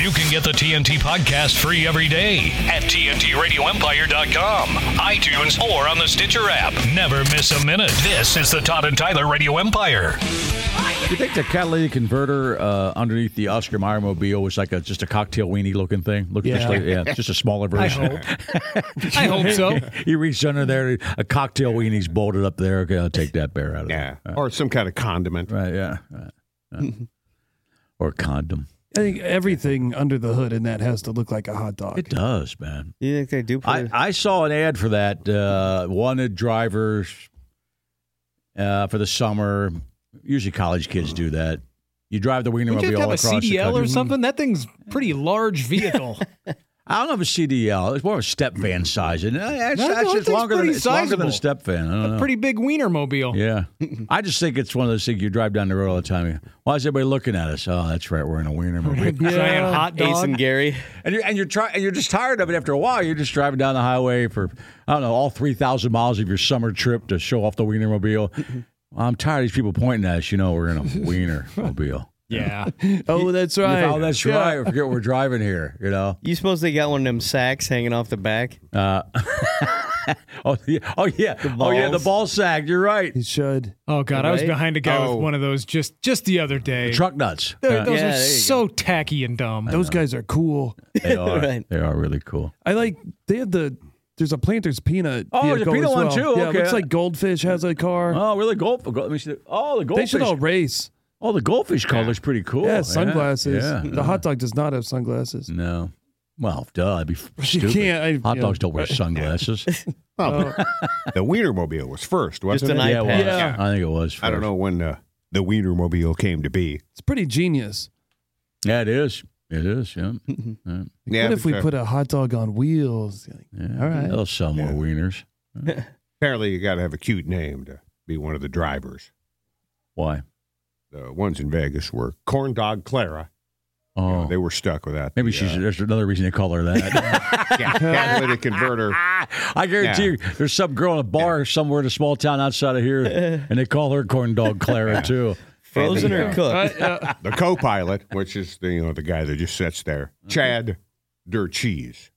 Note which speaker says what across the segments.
Speaker 1: You can get the TNT podcast free every day at TNTRadioEmpire.com, iTunes, or on the Stitcher app. Never miss a minute. This is the Todd and Tyler Radio Empire.
Speaker 2: Do you think the catalytic converter uh, underneath the Oscar Mayer mobile was like a just a cocktail weenie looking thing? Look at this,
Speaker 3: Yeah.
Speaker 2: like, yeah, it's just a smaller version.
Speaker 3: I hope so.
Speaker 2: you reach under there, a cocktail weenie's bolted up there. Okay, I'll take that bear out of
Speaker 4: Yeah,
Speaker 5: Uh,
Speaker 2: there.
Speaker 4: or some kind of condiment.
Speaker 2: Right, yeah, right, yeah. or a condom.
Speaker 3: I think everything under the hood in that has to look like a hot dog.
Speaker 2: It does, man.
Speaker 5: You think they do? Put
Speaker 2: I,
Speaker 5: it-
Speaker 2: I saw an ad for that. Uh, wanted drivers uh, for the summer. Usually, college kids do that. You drive the wiener
Speaker 6: Don't you
Speaker 2: mobile
Speaker 6: have,
Speaker 2: across
Speaker 6: to have a
Speaker 2: the
Speaker 6: CDL
Speaker 2: country.
Speaker 6: or something? That thing's pretty large vehicle.
Speaker 2: I don't know if it's CDL. It's more of a step van size. And uh, actually, actually
Speaker 6: No, no, I
Speaker 2: it's,
Speaker 6: think it's
Speaker 2: longer than,
Speaker 6: pretty
Speaker 2: it's longer than a
Speaker 6: sizable.
Speaker 2: step van. I don't know.
Speaker 6: pretty big wiener mobile.
Speaker 2: yeah. I just think it's one of those things you drive down the road all the time. Why is everybody looking at us? Oh, that's right. We're in a wiener mobile.
Speaker 6: Giant hot dog.
Speaker 5: Ace and Gary.
Speaker 2: and you're, and, you're try, and you're just tired of it after a while. You're just driving down the highway for, I don't know, all 3,000 miles of your summer trip to show off the wiener mobile. I'm tired of these people pointing at us. You know, we're in a wiener mobile.
Speaker 6: yeah.
Speaker 3: oh, that's right.
Speaker 2: Oh, that's
Speaker 3: Yeah.
Speaker 2: right. I forget we're driving here, you know?
Speaker 5: You suppose they got one of them sacks hanging off the back?
Speaker 2: Oh, yeah. Oh, yeah. Oh, yeah. The
Speaker 5: balls.
Speaker 2: ball sack. You're right.
Speaker 3: It should.
Speaker 6: Oh god, I was
Speaker 5: Right?
Speaker 6: behind a guy
Speaker 4: Oh.
Speaker 6: with one of those just just the other day.
Speaker 2: Truck nuts.
Speaker 6: Th-
Speaker 2: Uh,
Speaker 6: those
Speaker 5: Yeah,
Speaker 6: are
Speaker 5: there you
Speaker 6: so tacky and dumb.
Speaker 3: Oh, Those guys are cool.
Speaker 2: They are.
Speaker 5: Right.
Speaker 2: They are really cool.
Speaker 3: I like. They had the. There's a Planters peanut.
Speaker 2: Oh, there's a
Speaker 3: vehicle
Speaker 2: peanut
Speaker 3: as
Speaker 2: one,
Speaker 3: well.
Speaker 2: too.
Speaker 3: Yeah,
Speaker 2: Okay.
Speaker 3: it looks like Goldfish has a car.
Speaker 2: Oh, really? Gold. gold let me see. The, oh, the
Speaker 3: they
Speaker 2: goldfish.
Speaker 3: should all race.
Speaker 2: oh, the goldfish color's pretty cool.
Speaker 3: yeah, sunglasses.
Speaker 2: Yeah.
Speaker 3: The hot dog does not have sunglasses.
Speaker 2: No. Well, duh. I'd be f-
Speaker 3: You
Speaker 2: stupid.
Speaker 3: can't- I-
Speaker 2: Hot
Speaker 3: yeah.
Speaker 2: dogs don't wear sunglasses.
Speaker 5: Oh.
Speaker 4: Well, the Wienermobile was first,
Speaker 5: Just
Speaker 4: wasn't
Speaker 5: an
Speaker 4: it?
Speaker 2: yeah,
Speaker 5: iPad.
Speaker 2: it was. I think it was.
Speaker 4: I don't
Speaker 2: first.
Speaker 4: know when uh, the Wienermobile came to be.
Speaker 3: It's pretty genius.
Speaker 2: Yeah, it is. It is. Yeah. yeah.
Speaker 4: Yeah,
Speaker 3: what if we
Speaker 4: but, uh,
Speaker 3: put a hot dog on wheels? Like,
Speaker 2: yeah.
Speaker 3: All right.
Speaker 2: They'll sell more
Speaker 4: Yeah.
Speaker 2: wieners.
Speaker 4: Apparently, you got to have a cute name to be one of the drivers.
Speaker 2: Why?
Speaker 4: The ones in Vegas were Corn Dog Clara.
Speaker 2: Oh.
Speaker 4: You know, they were stuck with that.
Speaker 2: Maybe
Speaker 4: The,
Speaker 2: she's.
Speaker 4: uh,
Speaker 2: There's another reason they call her that.
Speaker 4: ca- catalytic converter.
Speaker 2: I guarantee
Speaker 4: Yeah.
Speaker 2: you, there's some girl in a bar somewhere in a small town outside of here, and they call her corn dog Clara too.
Speaker 5: Frozen
Speaker 4: Yeah.
Speaker 5: or cooked?
Speaker 4: uh, The co-pilot, which is the you know the guy that just sits there,
Speaker 5: Uh-huh.
Speaker 4: Chad Dirt Cheese.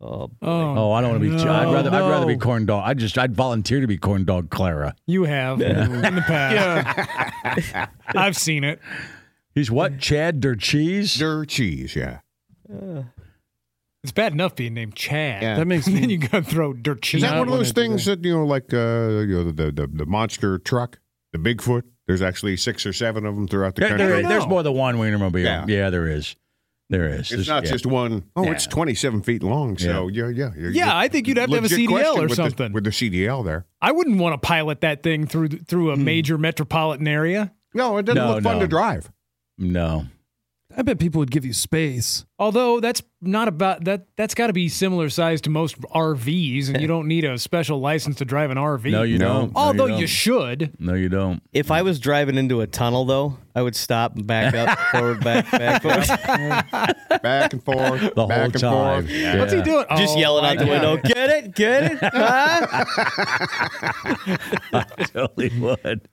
Speaker 5: Oh,
Speaker 2: Oh, I don't want to be. I'd
Speaker 6: no.
Speaker 2: rather. I'd rather be
Speaker 6: No.
Speaker 2: corn dog. I just. I'd volunteer to be corn dog Clara.
Speaker 6: You have in the past. I've seen it.
Speaker 2: He's what? Chad Der Cheese.
Speaker 4: Dirt Cheese, yeah.
Speaker 6: It's bad enough being named Chad.
Speaker 4: Yeah.
Speaker 3: that makes me.
Speaker 6: then you gotta throw dirt
Speaker 4: Is
Speaker 6: cheese.
Speaker 4: that
Speaker 3: I
Speaker 4: one of those
Speaker 3: wanna do
Speaker 4: things that you know, like uh, you know, the, the the monster truck, the Bigfoot? There's actually six or seven of them throughout the
Speaker 2: There-
Speaker 4: country.
Speaker 2: there- there's more than one Wienermobile. Yeah,
Speaker 4: Yeah.
Speaker 2: there is. There is.
Speaker 4: It's
Speaker 2: There's-
Speaker 4: not
Speaker 2: yeah.
Speaker 4: just one. Oh, it's 27 feet long. So yeah, yeah, you're-
Speaker 6: Yeah,
Speaker 4: you're-
Speaker 6: I think you'd have to have a
Speaker 4: legit
Speaker 6: CDL
Speaker 4: question
Speaker 6: or
Speaker 4: with the-
Speaker 6: something.
Speaker 4: with the CDL there.
Speaker 6: I wouldn't want to pilot that thing through through a major metropolitan area.
Speaker 4: No, it doesn't
Speaker 2: No,
Speaker 4: look fun
Speaker 2: no.
Speaker 4: to drive.
Speaker 2: No.
Speaker 3: I bet people would give you space.
Speaker 6: Although that's not about that. That's got to be similar size to most RVs, and you don't need a special license to drive an RV.
Speaker 2: No, you
Speaker 4: No.
Speaker 2: don't. No,
Speaker 6: Although
Speaker 2: don't.
Speaker 6: you should.
Speaker 2: No, you don't.
Speaker 5: If I was driving into a tunnel, though, I would stop and back up, forward, back, back, forward.
Speaker 4: Back and forth,
Speaker 2: The whole
Speaker 4: back and
Speaker 2: time.
Speaker 4: forth.
Speaker 2: Yeah.
Speaker 6: What's he doing?
Speaker 5: Just
Speaker 6: Oh,
Speaker 5: yelling
Speaker 6: my
Speaker 5: out the
Speaker 6: God.
Speaker 5: window, get it, get it. Huh?
Speaker 2: I totally would.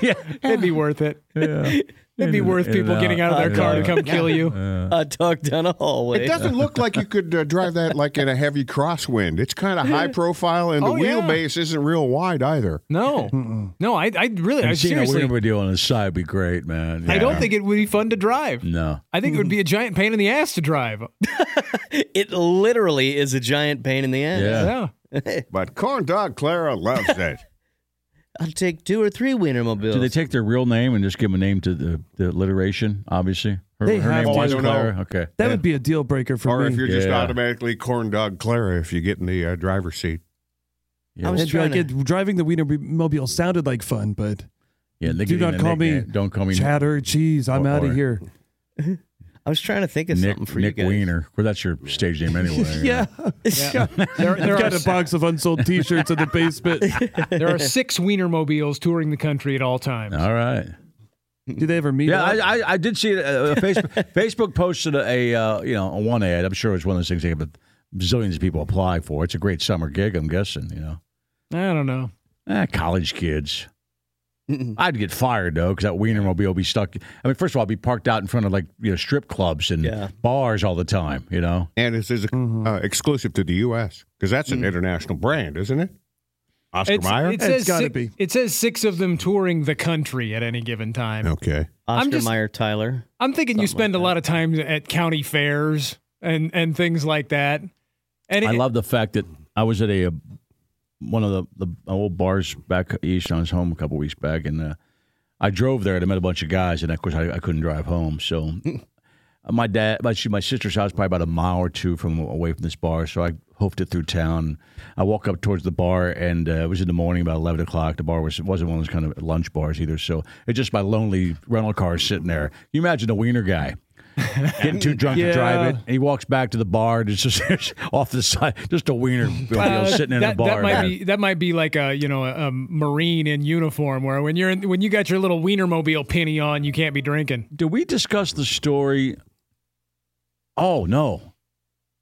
Speaker 2: Yeah.
Speaker 6: It'd be worth it.
Speaker 2: yeah.
Speaker 6: It'd be worth
Speaker 2: In and
Speaker 6: people getting out of their car to
Speaker 2: Yeah.
Speaker 6: come kill you.
Speaker 5: A dog down a hallway.
Speaker 4: It doesn't look like you could uh, drive that like in a heavy crosswind. It's kind of high profile, and the
Speaker 6: Oh, yeah.
Speaker 4: wheelbase isn't real wide either.
Speaker 6: No, no. I, I really, I
Speaker 2: And seeing a
Speaker 6: seriously,
Speaker 2: Wienermobile on the side would be great, man.
Speaker 6: I don't
Speaker 2: Yeah.
Speaker 6: think it would be fun to drive.
Speaker 2: No.
Speaker 6: I think it would be a giant pain in the ass to drive.
Speaker 5: It literally is a giant pain in the ass.
Speaker 2: Yeah.
Speaker 6: Yeah.
Speaker 4: But corn dog Clara loves it.
Speaker 5: I'll take two or three Wienermobiles.
Speaker 2: Do they take their real name and just give them a name to the, the alliteration? Obviously, her,
Speaker 3: They
Speaker 2: her
Speaker 3: have
Speaker 2: name
Speaker 3: to.
Speaker 2: was
Speaker 4: I don't know.
Speaker 2: Clara. Okay,
Speaker 3: That would be a deal breaker for
Speaker 4: Or
Speaker 3: me.
Speaker 4: if you're just
Speaker 2: Yeah.
Speaker 4: automatically corn dog Clara if you get in the uh, driver's seat.
Speaker 2: Yeah,
Speaker 5: I was
Speaker 3: It'd be
Speaker 5: trying
Speaker 3: like
Speaker 5: to,
Speaker 3: it- driving the Wienermobile sounded like fun, but
Speaker 2: yeah. They
Speaker 3: do
Speaker 2: get in
Speaker 3: not
Speaker 2: the
Speaker 3: call me
Speaker 2: nickname. Don't call me
Speaker 3: chatter, cheese, I'm
Speaker 2: Or-
Speaker 3: out
Speaker 2: or-
Speaker 3: of here.
Speaker 5: I was trying to think of
Speaker 2: Nick
Speaker 5: something for
Speaker 2: Nick
Speaker 5: you guys.
Speaker 2: Wiener. Well, that's your stage name anyway. you know.
Speaker 3: Yeah.
Speaker 6: Yeah. there, there
Speaker 3: I've got
Speaker 6: are,
Speaker 3: a box of unsold T-shirts in the basement.
Speaker 6: there are six Wienermobiles touring the country at all times.
Speaker 2: All right.
Speaker 3: Do they ever meet?
Speaker 2: Yeah,
Speaker 3: up?
Speaker 2: I, I, I did see it. Uh, Facebook Facebook posted a, uh, you know a one ad. I'm sure it's one of those things they have zillions of people apply for. It's a great summer gig. I'm guessing. You know,
Speaker 6: I don't know.
Speaker 2: eh, college kids. I'd get fired though because that Wienermobile would be stuck. I mean, first of all, I'd be parked out in front of like you know strip clubs and
Speaker 5: Yeah.
Speaker 2: bars all the time. You know,
Speaker 4: And this is
Speaker 6: Mm-hmm.
Speaker 4: uh, exclusive to the U.S. because that's an international brand, isn't it? Oscar
Speaker 6: Mm. It's-
Speaker 4: Mayer?
Speaker 6: It
Speaker 3: It's
Speaker 6: says
Speaker 3: gotta
Speaker 6: six,
Speaker 3: be.
Speaker 6: It says six of them touring the country at any given time.
Speaker 4: okay.
Speaker 6: I'm
Speaker 5: Oscar
Speaker 6: just-
Speaker 5: Mayer Tyler.
Speaker 6: I'm thinking you
Speaker 5: Something like
Speaker 6: spend a
Speaker 5: that.
Speaker 6: lot of time at county fairs and and things like that. And
Speaker 2: I
Speaker 6: it-
Speaker 2: love the fact that I was at a uh, one of the, the old bars back east. and I was home a couple weeks back, and uh, I drove there and I met a bunch of guys, and of course I, I couldn't drive home. So uh, my dad, my, my sister's house, probably about a mile or two from away from this bar. So I hoofed it through town. I walk up towards the bar, and uh, it was in the morning, about eleven o'clock. The bar was wasn't one of those kind of lunch bars either. So it's just my lonely rental car sitting there. Can you imagine a wiener guy? Getting too drunk to drive it. And he walks back to the bar and it's just it's off the side, just a wiener
Speaker 6: uh,
Speaker 2: sitting in
Speaker 6: that,
Speaker 2: a bar.
Speaker 6: that might
Speaker 2: there.
Speaker 6: be that might be like a you know a, a marine in uniform where when you're in, when you got your little wienermobile penny on you can't be drinking.
Speaker 2: Did we discuss the story? Oh no,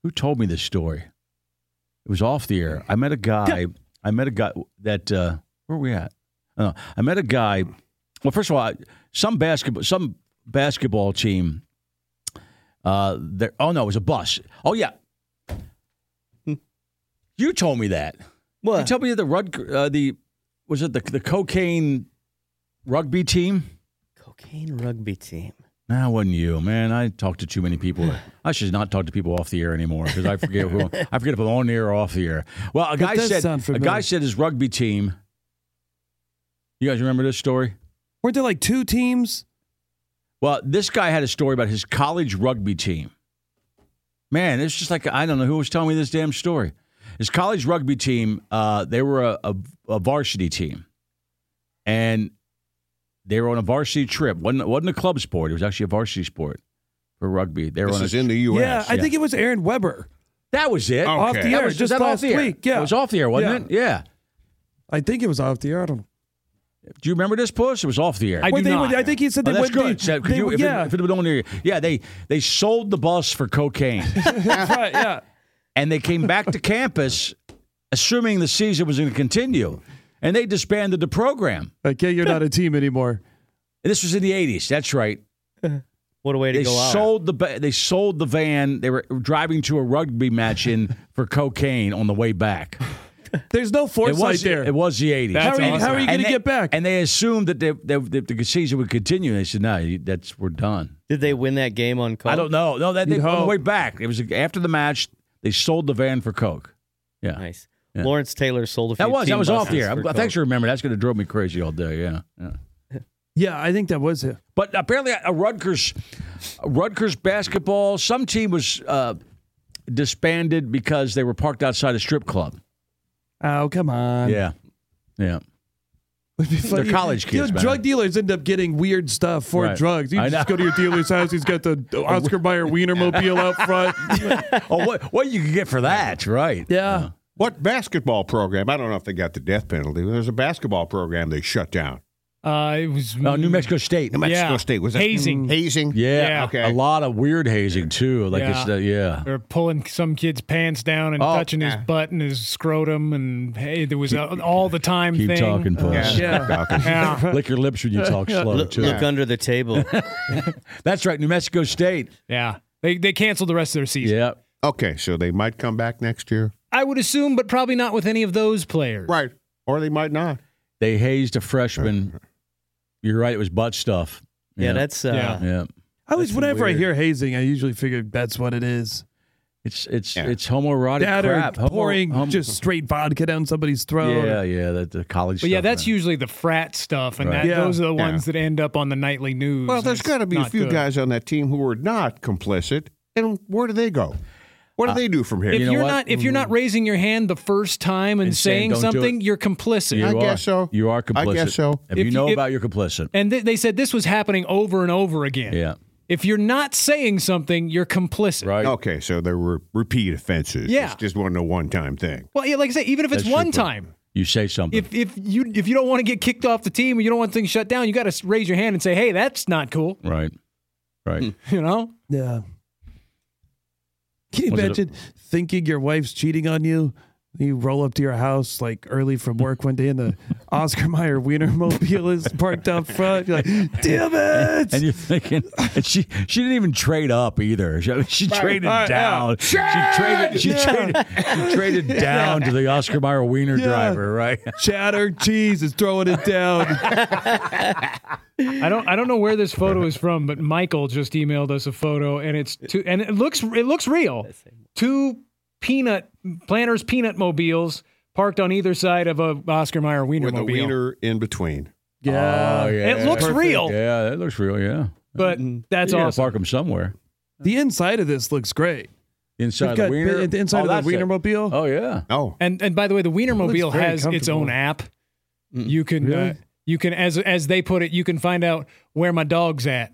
Speaker 2: who told me this story? It was off the air. I met a guy. I met a guy that uh, where are we at? I, don't know. I met a guy. Well, first of all, I- some basketball some basketball team. Uh, there. Oh no, it was a bus. Oh yeah. You told me that. You
Speaker 5: What?
Speaker 2: told me that the Rutger, uh, the was it the the cocaine rugby team?
Speaker 5: Cocaine rugby team.
Speaker 2: That wasn't you, man. I talk to too many people. I should not talk to people off the air anymore because I forget who I forget if I'm on the air or off the air. Well, a guy
Speaker 3: does
Speaker 2: said
Speaker 3: sound
Speaker 2: a guy
Speaker 3: familiar.
Speaker 2: said his rugby team. You guys remember this story?
Speaker 3: Weren't there like two teams?
Speaker 2: Well, this guy had a story about his college rugby team. Man, it's just like I don't know who was telling me this damn story. His college rugby team, uh, they were a, a, a varsity team, and they were on a varsity trip. wasn't wasn't a club sport. It was actually a varsity sport for rugby. They were
Speaker 4: This
Speaker 2: on a
Speaker 4: is in the U.S.
Speaker 3: yeah, I think it was Aaron Weber.
Speaker 2: That was it.
Speaker 4: Oh,
Speaker 3: Off
Speaker 4: Okay.
Speaker 3: the
Speaker 2: that
Speaker 3: air,
Speaker 2: was was
Speaker 3: just
Speaker 2: that off
Speaker 3: last
Speaker 2: the air?
Speaker 3: week. Yeah,
Speaker 2: it was off the air, wasn't it?
Speaker 3: I think it was off the air. I don't.
Speaker 2: Yeah. Do you remember this push? It was off the air.
Speaker 6: I
Speaker 3: Well,
Speaker 6: do
Speaker 3: they
Speaker 6: not.
Speaker 3: would- I think he said
Speaker 2: Oh,
Speaker 3: they
Speaker 2: that's
Speaker 3: went.
Speaker 2: good.
Speaker 3: They,
Speaker 2: Said- could
Speaker 3: they,
Speaker 2: you- if it-
Speaker 3: yeah,
Speaker 2: if it had been on the air- yeah, they they sold the bus for cocaine,
Speaker 3: right, yeah.
Speaker 2: and they came back to campus, assuming the season was going to continue, and they disbanded the program.
Speaker 3: Okay, you're not a team anymore.
Speaker 2: And this was in the '80s. That's right.
Speaker 5: What a way to
Speaker 2: They
Speaker 5: go out.
Speaker 2: sold the ba- they sold the van. They were driving to a rugby match in for cocaine on the way back.
Speaker 3: There's no
Speaker 2: It
Speaker 3: foresight
Speaker 2: was
Speaker 3: there.
Speaker 2: It was the '80s.
Speaker 3: how,
Speaker 6: That's
Speaker 3: are you, how
Speaker 6: awesome.
Speaker 3: are you going
Speaker 2: And
Speaker 3: to
Speaker 2: they-
Speaker 3: get back?
Speaker 2: And they assumed that they, they, that the season would continue. They said, "No, you- that's we're done."
Speaker 5: Did they win that game on coke?
Speaker 2: I don't know. No, that they,
Speaker 3: You'd
Speaker 2: on the
Speaker 3: hope.
Speaker 2: way back, it was after the match. They sold the van for coke. Yeah,
Speaker 5: Nice.
Speaker 2: Yeah.
Speaker 5: Lawrence Taylor sold a few.
Speaker 2: that was that
Speaker 5: team
Speaker 2: was off the
Speaker 5: buses
Speaker 2: air.
Speaker 5: for
Speaker 2: I'm-
Speaker 5: coke.
Speaker 2: Thanks for remembering. That's going to drove me crazy all day. Yeah. yeah.
Speaker 3: yeah, I think that was it.
Speaker 2: But apparently, a Rutgers, a Rutgers basketball, some team was uh, disbanded because they were parked outside a strip club.
Speaker 3: Oh, come on.
Speaker 2: Yeah, yeah.
Speaker 3: Would be funny.
Speaker 2: They're college
Speaker 3: You know,
Speaker 2: kids, man.
Speaker 3: drug dealers end up getting weird stuff for
Speaker 2: Right.
Speaker 3: drugs. You
Speaker 2: I
Speaker 3: just
Speaker 2: know.
Speaker 3: go to your dealer's house. He's got the Oscar Mayer Wienermobile out front.
Speaker 2: oh, what what you could get for that, right?
Speaker 3: Yeah.
Speaker 4: What basketball program? I don't know if they got the death penalty. There's a basketball program they shut down.
Speaker 6: Uh, it was
Speaker 2: Uh, New Mexico State.
Speaker 4: New Mexico
Speaker 6: Yeah.
Speaker 4: State was that Mm-hmm.
Speaker 6: Hazing.
Speaker 4: Hazing.
Speaker 2: Yeah,
Speaker 6: Yeah.
Speaker 4: Okay.
Speaker 2: a lot of weird hazing too. Like it's
Speaker 6: Yeah.
Speaker 2: uh, yeah.
Speaker 6: Or pulling some kid's pants down and
Speaker 2: Oh,
Speaker 6: touching his butt and his scrotum, and hey, there was a, all the time
Speaker 2: Keep
Speaker 6: thing.
Speaker 2: talking, puss.
Speaker 3: Yeah.
Speaker 6: Yeah.
Speaker 2: Lick your lips when you talk slow
Speaker 5: Look,
Speaker 2: too.
Speaker 5: look under the table.
Speaker 2: That's right, New Mexico State.
Speaker 6: Yeah. They, they canceled the rest of their season.
Speaker 2: Yeah,
Speaker 4: Okay, so they might come back next year,
Speaker 6: I would assume, but probably not with any of those players.
Speaker 4: right? Or they might not.
Speaker 2: they hazed a freshman. You're right. It was butt stuff.
Speaker 5: yeah, that's uh,
Speaker 6: Yeah.
Speaker 2: yeah.
Speaker 3: I always,
Speaker 5: That's
Speaker 3: whenever I
Speaker 5: weird.
Speaker 3: hear hazing, I usually figure that's what it is.
Speaker 2: It's it's
Speaker 4: Yeah.
Speaker 2: it's homoerotic
Speaker 3: That or
Speaker 2: crap. Homo-
Speaker 3: pouring
Speaker 2: hom-
Speaker 3: just straight vodka down somebody's throat.
Speaker 2: yeah, yeah, that the college.
Speaker 6: But yeah,
Speaker 2: stuff,
Speaker 6: that's
Speaker 2: man.
Speaker 6: usually the frat stuff, and
Speaker 2: Right.
Speaker 6: that,
Speaker 3: Yeah.
Speaker 6: those are the
Speaker 4: Yeah.
Speaker 6: ones that end up on the nightly news.
Speaker 4: Well,
Speaker 6: and
Speaker 4: there's
Speaker 6: it's
Speaker 4: got to be a
Speaker 6: not
Speaker 4: few
Speaker 6: good.
Speaker 4: guys on that team who were not complicit. And where do they go? What
Speaker 6: Uh,
Speaker 4: do they do from here?
Speaker 6: If
Speaker 2: You
Speaker 6: you
Speaker 2: know
Speaker 6: are
Speaker 2: what? Mm-hmm.
Speaker 6: not if you're not raising your hand the first time and,
Speaker 2: And saying,
Speaker 6: saying,
Speaker 2: "Don't do
Speaker 6: something,
Speaker 2: it."
Speaker 6: you're complicit.
Speaker 2: You
Speaker 4: I
Speaker 2: are,
Speaker 4: guess so.
Speaker 2: You are
Speaker 4: I
Speaker 2: complicit.
Speaker 4: guess so.
Speaker 2: If,
Speaker 6: If
Speaker 2: you
Speaker 6: you-
Speaker 2: know
Speaker 6: if-
Speaker 2: about, you're complicit.
Speaker 6: And th- they said this was happening over and over again.
Speaker 2: Yeah.
Speaker 6: If you're not saying something, you're complicit.
Speaker 2: Right.
Speaker 4: okay, so there were repeat offenses.
Speaker 6: Yeah.
Speaker 4: It's just wasn't a one time thing.
Speaker 6: Well, yeah, like I say, even if it's
Speaker 2: That's
Speaker 6: one
Speaker 2: true, bro.
Speaker 6: time,
Speaker 2: You say something.
Speaker 6: if if you if you don't want to get kicked off the team or you don't want things shut down, you got to raise your hand and say, "Hey, that's not cool."
Speaker 2: right. Right.
Speaker 4: Hmm.
Speaker 6: You know?
Speaker 3: Yeah. Can you
Speaker 2: Was it a-
Speaker 3: imagine thinking your wife's cheating on you? You roll up to your house like early from work one day, and the Oscar Mayer Wienermobile is parked out front. You're like, "Damn it!"
Speaker 2: And you're thinking, and she she didn't even trade up either. She, I mean, she traded
Speaker 3: Right, yeah.
Speaker 2: down. She traded. She traded. She traded down to the Oscar Mayer Wiener
Speaker 3: Yeah.
Speaker 2: driver. Right.
Speaker 3: Cheddar cheese is throwing it down.
Speaker 2: Oh,
Speaker 6: I don't I don't know where this photo is from, but Michael just emailed us a photo and it's two and it looks it looks real. Two peanut planters peanut mobiles parked on either side of a Oscar Mayer Wiener
Speaker 4: With a wiener in between.
Speaker 3: Yeah,
Speaker 2: Oh, yeah.
Speaker 6: It looks real,
Speaker 2: Yeah, that looks real. Yeah.
Speaker 6: but that's
Speaker 2: you gotta
Speaker 6: awesome.
Speaker 2: Park them somewhere
Speaker 3: the inside of this looks great.
Speaker 2: inside
Speaker 3: We've
Speaker 2: the
Speaker 3: got
Speaker 2: wiener.
Speaker 3: the- the inside
Speaker 2: Oh,
Speaker 3: of
Speaker 2: that's
Speaker 3: the
Speaker 2: it.
Speaker 3: Wienermobile.
Speaker 2: Oh yeah.
Speaker 4: Oh,
Speaker 6: And and by the way, the Wienermobile
Speaker 3: looks very
Speaker 6: has its
Speaker 3: comfortable.
Speaker 6: own app. You can uh,
Speaker 3: Really?
Speaker 6: you can as as they put it, you can find out where my dog's at.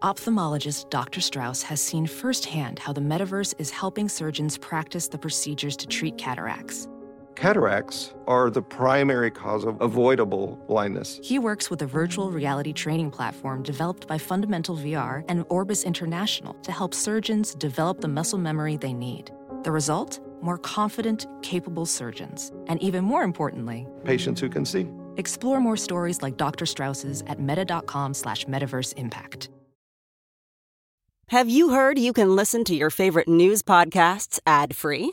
Speaker 7: Ophthalmologist Dr. Strauss has seen firsthand how the metaverse is helping surgeons practice the procedures to treat cataracts.
Speaker 8: Cataracts are the primary cause of avoidable blindness.
Speaker 7: He works with a virtual reality training platform developed by Fundamental VR and Orbis International to help surgeons develop the muscle memory they need. The result? More confident, capable surgeons. And even more importantly,
Speaker 8: Patients who can see.
Speaker 7: explore more stories like Dr. Strauss's at meta.com slash metaverse impact.
Speaker 9: Have you heard you can listen to your favorite news podcasts ad free?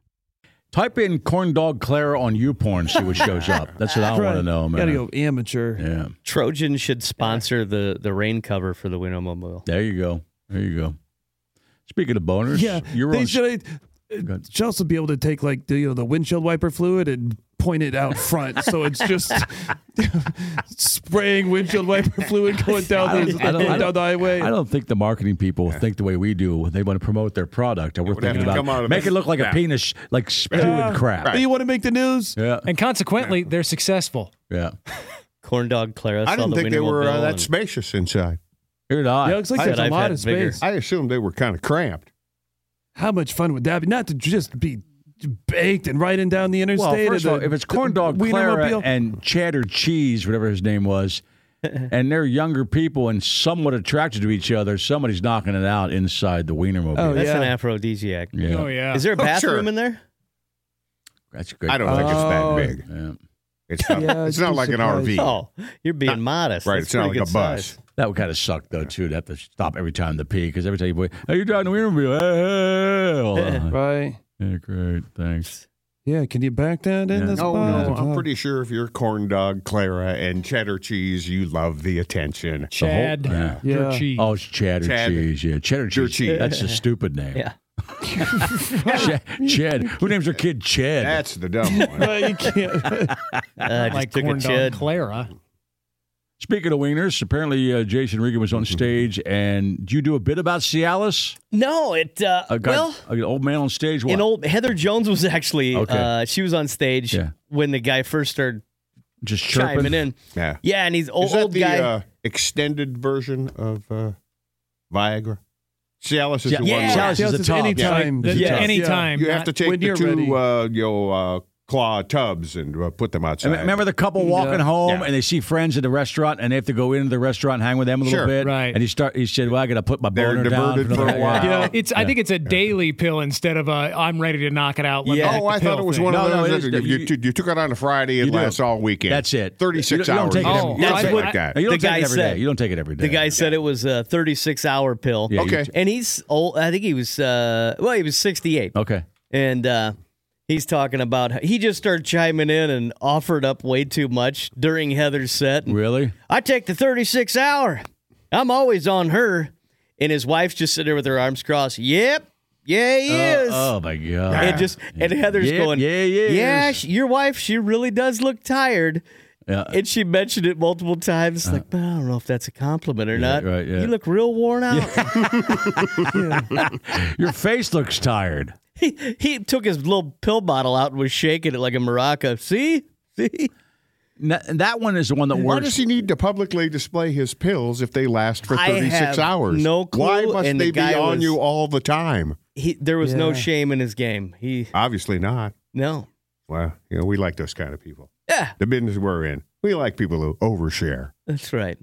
Speaker 2: Type in corn dog Clara on YouPorn. See what shows up. That's what I want to know, man.
Speaker 3: Gotta go amateur.
Speaker 2: Yeah.
Speaker 5: Trojan should sponsor the the rain cover for the Wienermobile.
Speaker 2: There you go. There you go. Speaking of boners,
Speaker 3: Yeah,
Speaker 2: you're
Speaker 3: they
Speaker 2: on.
Speaker 3: should.
Speaker 2: ahead.
Speaker 3: should also be able to take like the, you know the windshield wiper fluid and point it out front, so it's just spraying windshield wiper fluid going
Speaker 2: I
Speaker 3: down the,
Speaker 2: don't- I don't- I
Speaker 3: down
Speaker 2: don't-
Speaker 3: the highway.
Speaker 2: I don't think the marketing people think the way we do. They want to promote their product, and we're
Speaker 4: would have
Speaker 2: thinking
Speaker 4: to come out
Speaker 2: about
Speaker 4: of
Speaker 2: make
Speaker 4: this.
Speaker 2: it look like
Speaker 4: Yeah.
Speaker 2: a penis, like spewing crap.
Speaker 3: You want to make the news?
Speaker 2: Yeah,
Speaker 6: And consequently, they're successful.
Speaker 2: yeah.
Speaker 5: Corn dog Clara.
Speaker 4: I
Speaker 5: saw
Speaker 4: didn't
Speaker 5: the
Speaker 4: think they were
Speaker 5: Wienermobile
Speaker 4: uh, that
Speaker 5: and-
Speaker 4: spacious inside.
Speaker 2: Here it is.
Speaker 3: Yeah, it looks like
Speaker 5: I
Speaker 3: there's
Speaker 5: bet
Speaker 3: a
Speaker 5: I've
Speaker 3: lot
Speaker 5: had
Speaker 3: of
Speaker 5: bigger-
Speaker 3: space.
Speaker 4: I assumed they were kind of cramped.
Speaker 3: How much fun would that be? Not to just be baked and riding down the interstate.
Speaker 2: well, first of
Speaker 3: or
Speaker 2: all,
Speaker 3: the-
Speaker 2: if it's corn dog
Speaker 3: the
Speaker 2: Clara
Speaker 3: Wienermobile.
Speaker 2: and cheddar cheese, whatever his name was, and they're younger people and somewhat attracted to each other, somebody's knocking it out inside the Wienermobile.
Speaker 3: Oh,
Speaker 5: That's
Speaker 3: yeah.
Speaker 5: an aphrodisiac.
Speaker 2: yeah.
Speaker 6: Oh yeah.
Speaker 5: Is there a
Speaker 4: Oh,
Speaker 5: bathroom
Speaker 4: sure.
Speaker 5: in there?
Speaker 2: that's great.
Speaker 4: I don't think it's that
Speaker 3: Oh.
Speaker 4: big.
Speaker 2: Yeah.
Speaker 4: It's not,
Speaker 3: Yeah,
Speaker 4: it's
Speaker 3: I'd
Speaker 4: not
Speaker 3: be
Speaker 4: like an
Speaker 3: surprised.
Speaker 4: RV.
Speaker 5: Oh, you're being modest.
Speaker 4: Right,
Speaker 5: That's
Speaker 4: it's not
Speaker 5: pretty
Speaker 4: like a
Speaker 5: good
Speaker 4: bus.
Speaker 5: size.
Speaker 2: That would kind of suck though too. To have to stop every time to pee because every time you boy, hey, you're driving the Wienermobile. Hey, hey, hey.
Speaker 3: right?
Speaker 2: Yeah, great. Thanks.
Speaker 3: Yeah. Can you back that in?
Speaker 2: Yeah.
Speaker 3: this
Speaker 4: No, no.
Speaker 3: spot?
Speaker 4: I'm pretty sure if you're corn dog, Clara, and cheddar cheese, you love the attention.
Speaker 6: Chad
Speaker 2: Yeah.
Speaker 6: your
Speaker 3: Yeah.
Speaker 6: cheese.
Speaker 2: Oh, it's cheddar
Speaker 4: Chad.
Speaker 2: cheese. Yeah, cheddar
Speaker 4: Cheddar
Speaker 2: cheese.
Speaker 4: cheese.
Speaker 2: That's a stupid name.
Speaker 5: Yeah.
Speaker 2: Chad, Chad. Who names their kid Chad?
Speaker 4: That's the dumb one.
Speaker 3: Right, you can't.
Speaker 5: Uh, I just
Speaker 6: like
Speaker 5: took a
Speaker 6: corn dog
Speaker 5: chid.
Speaker 6: Clara.
Speaker 2: Speaking of wieners, apparently uh, Jason Regan was on stage, and do you do a bit about Cialis?
Speaker 5: No, it. Uh,
Speaker 2: A guy,
Speaker 5: well,
Speaker 2: an old man on stage. What?
Speaker 5: an old Heather Jones was actually.
Speaker 2: Okay.
Speaker 5: Uh, she was on stage
Speaker 2: Yeah.
Speaker 5: when the guy first started
Speaker 2: just
Speaker 5: chiming
Speaker 2: chirping.
Speaker 5: in.
Speaker 4: Yeah.
Speaker 5: Yeah, and he's old,
Speaker 4: Is that
Speaker 5: old
Speaker 4: the
Speaker 5: guy.
Speaker 4: uh, extended version of uh, Viagra? Cialis is the
Speaker 2: Yeah, Cialis
Speaker 4: one. where
Speaker 2: is the
Speaker 3: Cialis is
Speaker 2: top.
Speaker 3: anytime.
Speaker 2: It's
Speaker 6: Yeah,
Speaker 2: the
Speaker 5: Yeah.
Speaker 2: top.
Speaker 6: anytime.
Speaker 4: You have
Speaker 6: not-
Speaker 4: to take
Speaker 3: when
Speaker 4: the
Speaker 3: you're
Speaker 4: two
Speaker 3: ready.
Speaker 4: uh, you know, uh, claw tubs and uh, put them outside.
Speaker 2: And remember the couple walking
Speaker 4: Yeah.
Speaker 2: home
Speaker 4: Yeah.
Speaker 2: and they see friends at the restaurant and they have to go into the restaurant and hang with them a little
Speaker 4: Sure.
Speaker 2: bit.
Speaker 6: Right.
Speaker 2: And he start he said, Well, I gotta put my
Speaker 4: They're
Speaker 2: boner down
Speaker 4: diverted for a
Speaker 2: another-
Speaker 4: while.
Speaker 6: Yeah, it's. I think it's a daily pill instead of a. I'm ready to knock it out. Let me
Speaker 2: Yeah.
Speaker 6: take
Speaker 4: Oh,
Speaker 6: the
Speaker 4: I thought
Speaker 6: pill
Speaker 4: it was
Speaker 6: thing.
Speaker 4: one
Speaker 2: No,
Speaker 4: of
Speaker 2: no,
Speaker 4: those.
Speaker 2: it
Speaker 4: that
Speaker 2: is-
Speaker 4: you,
Speaker 2: you-
Speaker 4: you, you took it on a Friday. It
Speaker 2: You do.
Speaker 4: lasts all weekend.
Speaker 2: That's it.
Speaker 4: Thirty-six
Speaker 2: You don't-
Speaker 4: hours.
Speaker 2: You don't take it every-
Speaker 4: or
Speaker 5: Oh, that's
Speaker 4: something
Speaker 5: what-
Speaker 4: like that.
Speaker 2: You don't
Speaker 5: The
Speaker 2: take
Speaker 5: guy
Speaker 2: it every
Speaker 5: said-
Speaker 2: day. You don't take it every day.
Speaker 5: The guy said it was a 36 hour pill.
Speaker 2: Yeah, you-
Speaker 4: Okay.
Speaker 5: And he's old. I think he was, uh, well, he was 68.
Speaker 2: Okay.
Speaker 5: And uh, he's talking about, he just started chiming in and offered up way too much during Heather's set. And
Speaker 2: Really?
Speaker 5: I take the 36 hour. I'm always on her. And his wife's just sitting there with her arms crossed. Yep. Yeah, he is.
Speaker 2: Oh my god.
Speaker 5: And just and Heather's
Speaker 2: Yeah,
Speaker 5: going,
Speaker 2: yeah, yeah.
Speaker 5: yeah. sh- Your wife, she really does look tired.
Speaker 2: Yeah.
Speaker 5: And she mentioned it multiple times. like, but I don't know if that's a compliment or not.
Speaker 2: right, yeah.
Speaker 5: You look real worn out.
Speaker 2: Your face looks tired.
Speaker 5: he, he took his little pill bottle out and was shaking it like a maraca. See, see.
Speaker 2: N- That one is the one that
Speaker 4: Why does
Speaker 2: works.
Speaker 4: he need to publicly display his pills if they last for
Speaker 5: I
Speaker 4: 36
Speaker 5: have
Speaker 4: hours?
Speaker 5: no
Speaker 4: Why
Speaker 5: clue,
Speaker 4: must
Speaker 5: and the
Speaker 4: they
Speaker 5: guy
Speaker 4: be on
Speaker 5: was-
Speaker 4: you all the time?
Speaker 5: He there was no
Speaker 3: Yeah.
Speaker 5: shame in his game. He
Speaker 4: Obviously not.
Speaker 5: no.
Speaker 4: Well, you know, we like those kind of people.
Speaker 5: Yeah,
Speaker 4: The business we're in, we like people who overshare.
Speaker 5: that's right.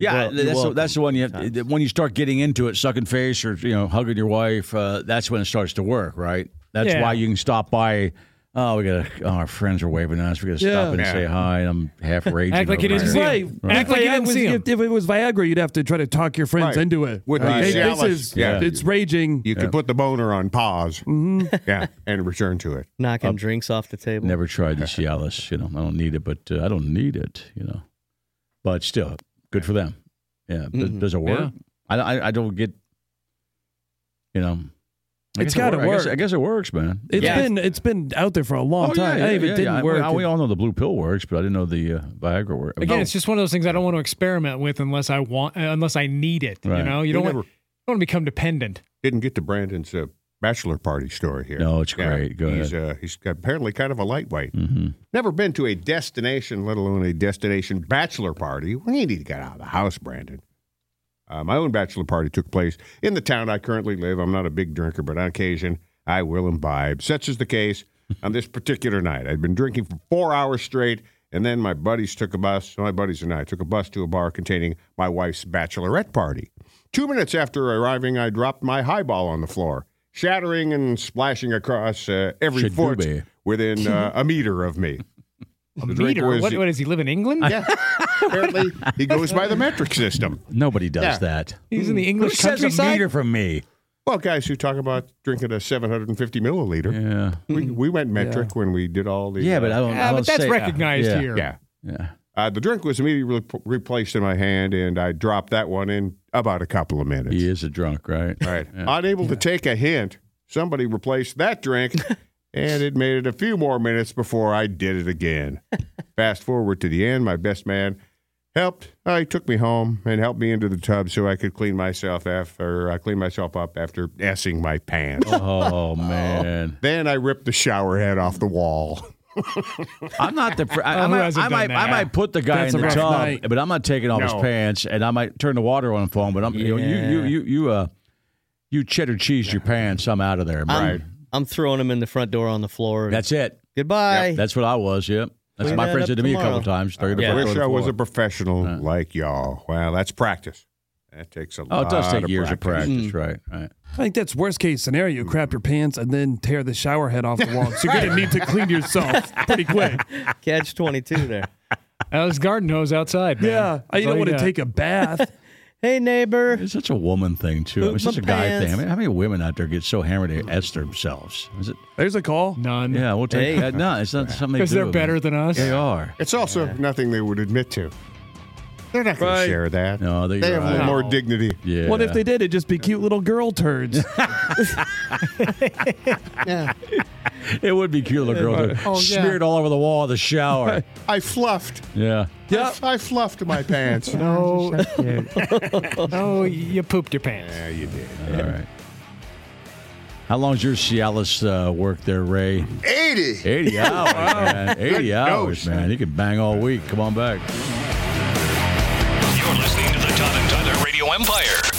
Speaker 2: Yeah,
Speaker 5: Well, you're
Speaker 2: that's the,
Speaker 5: welcome
Speaker 2: that's the one you have.
Speaker 5: sometimes.
Speaker 2: When you start getting into it, sucking face or you know hugging your wife, uh, that's when it starts to work, right? That's
Speaker 6: Yeah.
Speaker 2: why you can stop by. Oh, we gotta. Oh, our friends are waving at us. We gotta stop
Speaker 3: Yeah.
Speaker 2: and
Speaker 4: Yeah.
Speaker 2: say hi. I'm half raging.
Speaker 6: Act like you
Speaker 2: over here.
Speaker 6: didn't see
Speaker 3: Right.
Speaker 6: him. Act like you
Speaker 3: If it
Speaker 6: didn't
Speaker 3: was-
Speaker 6: see him.
Speaker 3: If, if it was Viagra, you'd have to try to talk your friends
Speaker 4: Right.
Speaker 3: into it.
Speaker 4: With
Speaker 3: Hey,
Speaker 4: these
Speaker 3: this
Speaker 4: jealous-
Speaker 3: is
Speaker 4: yeah.
Speaker 3: it's raging.
Speaker 4: You can put the boner on pause. Yeah, and return to it.
Speaker 5: Knocking drinks off the table.
Speaker 2: Never tried the Cialis. You know, I don't need it, but uh, I don't need it. You know, but still, good for them. Yeah, Th-
Speaker 5: Mhm.
Speaker 2: does it work?
Speaker 6: Yeah.
Speaker 2: I, don't- I I don't get. You know, I guess
Speaker 3: It's
Speaker 2: it
Speaker 3: gotta
Speaker 2: wor- I guess-
Speaker 3: work.
Speaker 2: I guess it works, man.
Speaker 3: It's
Speaker 5: Yeah.
Speaker 3: been it's been out there for a long
Speaker 2: Oh,
Speaker 3: time.
Speaker 2: Yeah,
Speaker 3: Hey, if it
Speaker 2: yeah,
Speaker 3: didn't
Speaker 2: yeah. I-
Speaker 3: work.
Speaker 2: I- we all know the blue pill works, but I didn't know the uh, Viagra worked.
Speaker 6: Again, it's just one of those things I don't want to experiment with unless I want, uh, unless I need it. You
Speaker 2: Right.
Speaker 6: know, you
Speaker 4: We
Speaker 6: don't want,
Speaker 4: never-
Speaker 6: don't want to become dependent.
Speaker 4: Didn't get to Brandon's uh, bachelor party story here.
Speaker 2: No, it's great. Go Mm-hmm.
Speaker 4: he's, Uh, he's apparently kind of a lightweight. Never been to a destination, let alone a destination bachelor party. We need to get out of the house, Brandon. Uh, my own bachelor party took place in the town I currently live. I'm not a big drinker, but on occasion I will imbibe. Such is the case on this particular night. I'd been drinking for four hours straight, and then my buddies took a bus. My buddies and I took a bus to a bar containing my wife's bachelorette party. Two minutes after arriving, I dropped my highball on the floor, shattering and splashing across uh, every
Speaker 2: Should do
Speaker 4: foot
Speaker 2: be.
Speaker 4: within uh, a meter of me.
Speaker 6: A
Speaker 4: drink
Speaker 6: meter?
Speaker 4: was-
Speaker 6: What, what does he live in England?
Speaker 4: Yeah. Apparently, he goes by the metric system.
Speaker 2: Nobody does
Speaker 4: Yeah.
Speaker 2: that.
Speaker 6: He's in the
Speaker 2: Who
Speaker 6: English
Speaker 2: says a
Speaker 6: countryside.
Speaker 2: meter from me?
Speaker 4: Well, guys who talk about drinking a 750 milliliter,
Speaker 2: Yeah,
Speaker 4: we, we went metric when we did all the.
Speaker 2: yeah, but I
Speaker 4: uh,
Speaker 2: don't. I
Speaker 6: Yeah,
Speaker 2: don't
Speaker 6: Ah, but that's
Speaker 2: say-
Speaker 6: recognized
Speaker 2: Oh, yeah.
Speaker 6: here.
Speaker 4: Yeah.
Speaker 2: Yeah.
Speaker 4: Uh, the drink was immediately re- replaced in my hand, and I dropped that one in about a couple of minutes.
Speaker 2: He is a drunk, right?
Speaker 4: All right. Unable to take a hint, somebody replaced that drink, and it made it a few more minutes before I did it again. Fast forward to the end, my best man helped. Uh, he took me home and helped me into the tub so I could clean myself after I clean myself up after essing my pants.
Speaker 2: Oh man,
Speaker 4: Then I ripped the shower head off the wall.
Speaker 2: I'm not the. Fr- I, I
Speaker 6: who
Speaker 2: might,
Speaker 6: hasn't
Speaker 2: I
Speaker 6: done
Speaker 2: might, I
Speaker 6: that?
Speaker 2: might put the guy
Speaker 3: That's
Speaker 2: in
Speaker 3: a
Speaker 2: the
Speaker 3: rough
Speaker 2: tub,
Speaker 3: night.
Speaker 2: but I'm not taking off his
Speaker 4: No.
Speaker 2: pants, and I might turn the water on for him. But I'm, you, know, you, you,
Speaker 5: Yeah.
Speaker 2: you, you, uh, you cheddar cheese your pants. I'm out of there, man.
Speaker 5: I'm, I'm throwing him in the front door on the floor.
Speaker 2: That's it.
Speaker 5: goodbye.
Speaker 2: That's what I was. Yep. That's what
Speaker 5: Clean
Speaker 2: my
Speaker 5: that
Speaker 2: friend
Speaker 5: up
Speaker 2: said to me a couple
Speaker 5: tomorrow.
Speaker 2: times. Throw the
Speaker 5: Yeah.
Speaker 4: I
Speaker 2: front
Speaker 4: wish
Speaker 2: door
Speaker 4: I
Speaker 2: to the
Speaker 4: was a
Speaker 2: floor.
Speaker 4: professional like y'all. Well, that's practice. That takes a
Speaker 2: Oh,
Speaker 4: lot
Speaker 2: it does take
Speaker 4: of
Speaker 2: years of
Speaker 4: practice.
Speaker 2: practice, Mm. right? Right.
Speaker 3: I think that's worst case scenario. Crap your pants and then tear the shower head off the wall. So you're gonna need to clean yourself pretty quick.
Speaker 5: Catch 22 there.
Speaker 6: Uh, his garden hose outside. Man.
Speaker 3: Yeah, I
Speaker 6: That's
Speaker 3: you
Speaker 6: all
Speaker 3: don't
Speaker 6: you
Speaker 3: want to
Speaker 6: got.
Speaker 3: take a bath.
Speaker 5: Hey, neighbor.
Speaker 2: It's such a woman thing too.
Speaker 5: Poop
Speaker 2: it's
Speaker 5: my
Speaker 2: such a guy
Speaker 5: pants.
Speaker 2: thing. I mean, how many women out there get so hammered they S themselves? Is it?
Speaker 3: There's a call.
Speaker 6: none.
Speaker 2: Yeah, we'll take
Speaker 5: Hey.
Speaker 2: that. No, it's not something.
Speaker 6: because
Speaker 2: they
Speaker 6: they're
Speaker 2: do.
Speaker 6: better than us.
Speaker 2: They are.
Speaker 4: It's also nothing they would admit to. They're not going
Speaker 3: Right.
Speaker 4: to share that.
Speaker 2: No, they-
Speaker 4: they,
Speaker 2: you're
Speaker 4: have a
Speaker 2: right.
Speaker 4: little more
Speaker 6: No.
Speaker 4: dignity.
Speaker 2: Yeah.
Speaker 3: What if they did? It'd just be cute little girl turds.
Speaker 2: It would be cute little girl to
Speaker 4: Oh, yeah.
Speaker 2: smeared all over the wall of the shower.
Speaker 4: I fluffed.
Speaker 2: yeah.
Speaker 3: yeah.
Speaker 4: I fluffed my pants.
Speaker 6: No, no, Oh, you pooped your pants.
Speaker 4: Yeah, you did.
Speaker 2: All right. How long's your Cialis uh, work there, Ray?
Speaker 4: 80.
Speaker 2: 80 hours, man. 80 hours,
Speaker 4: dose.
Speaker 2: man. You can bang all week. Come on back.
Speaker 1: You're listening to the Todd and Tyler Radio Empire.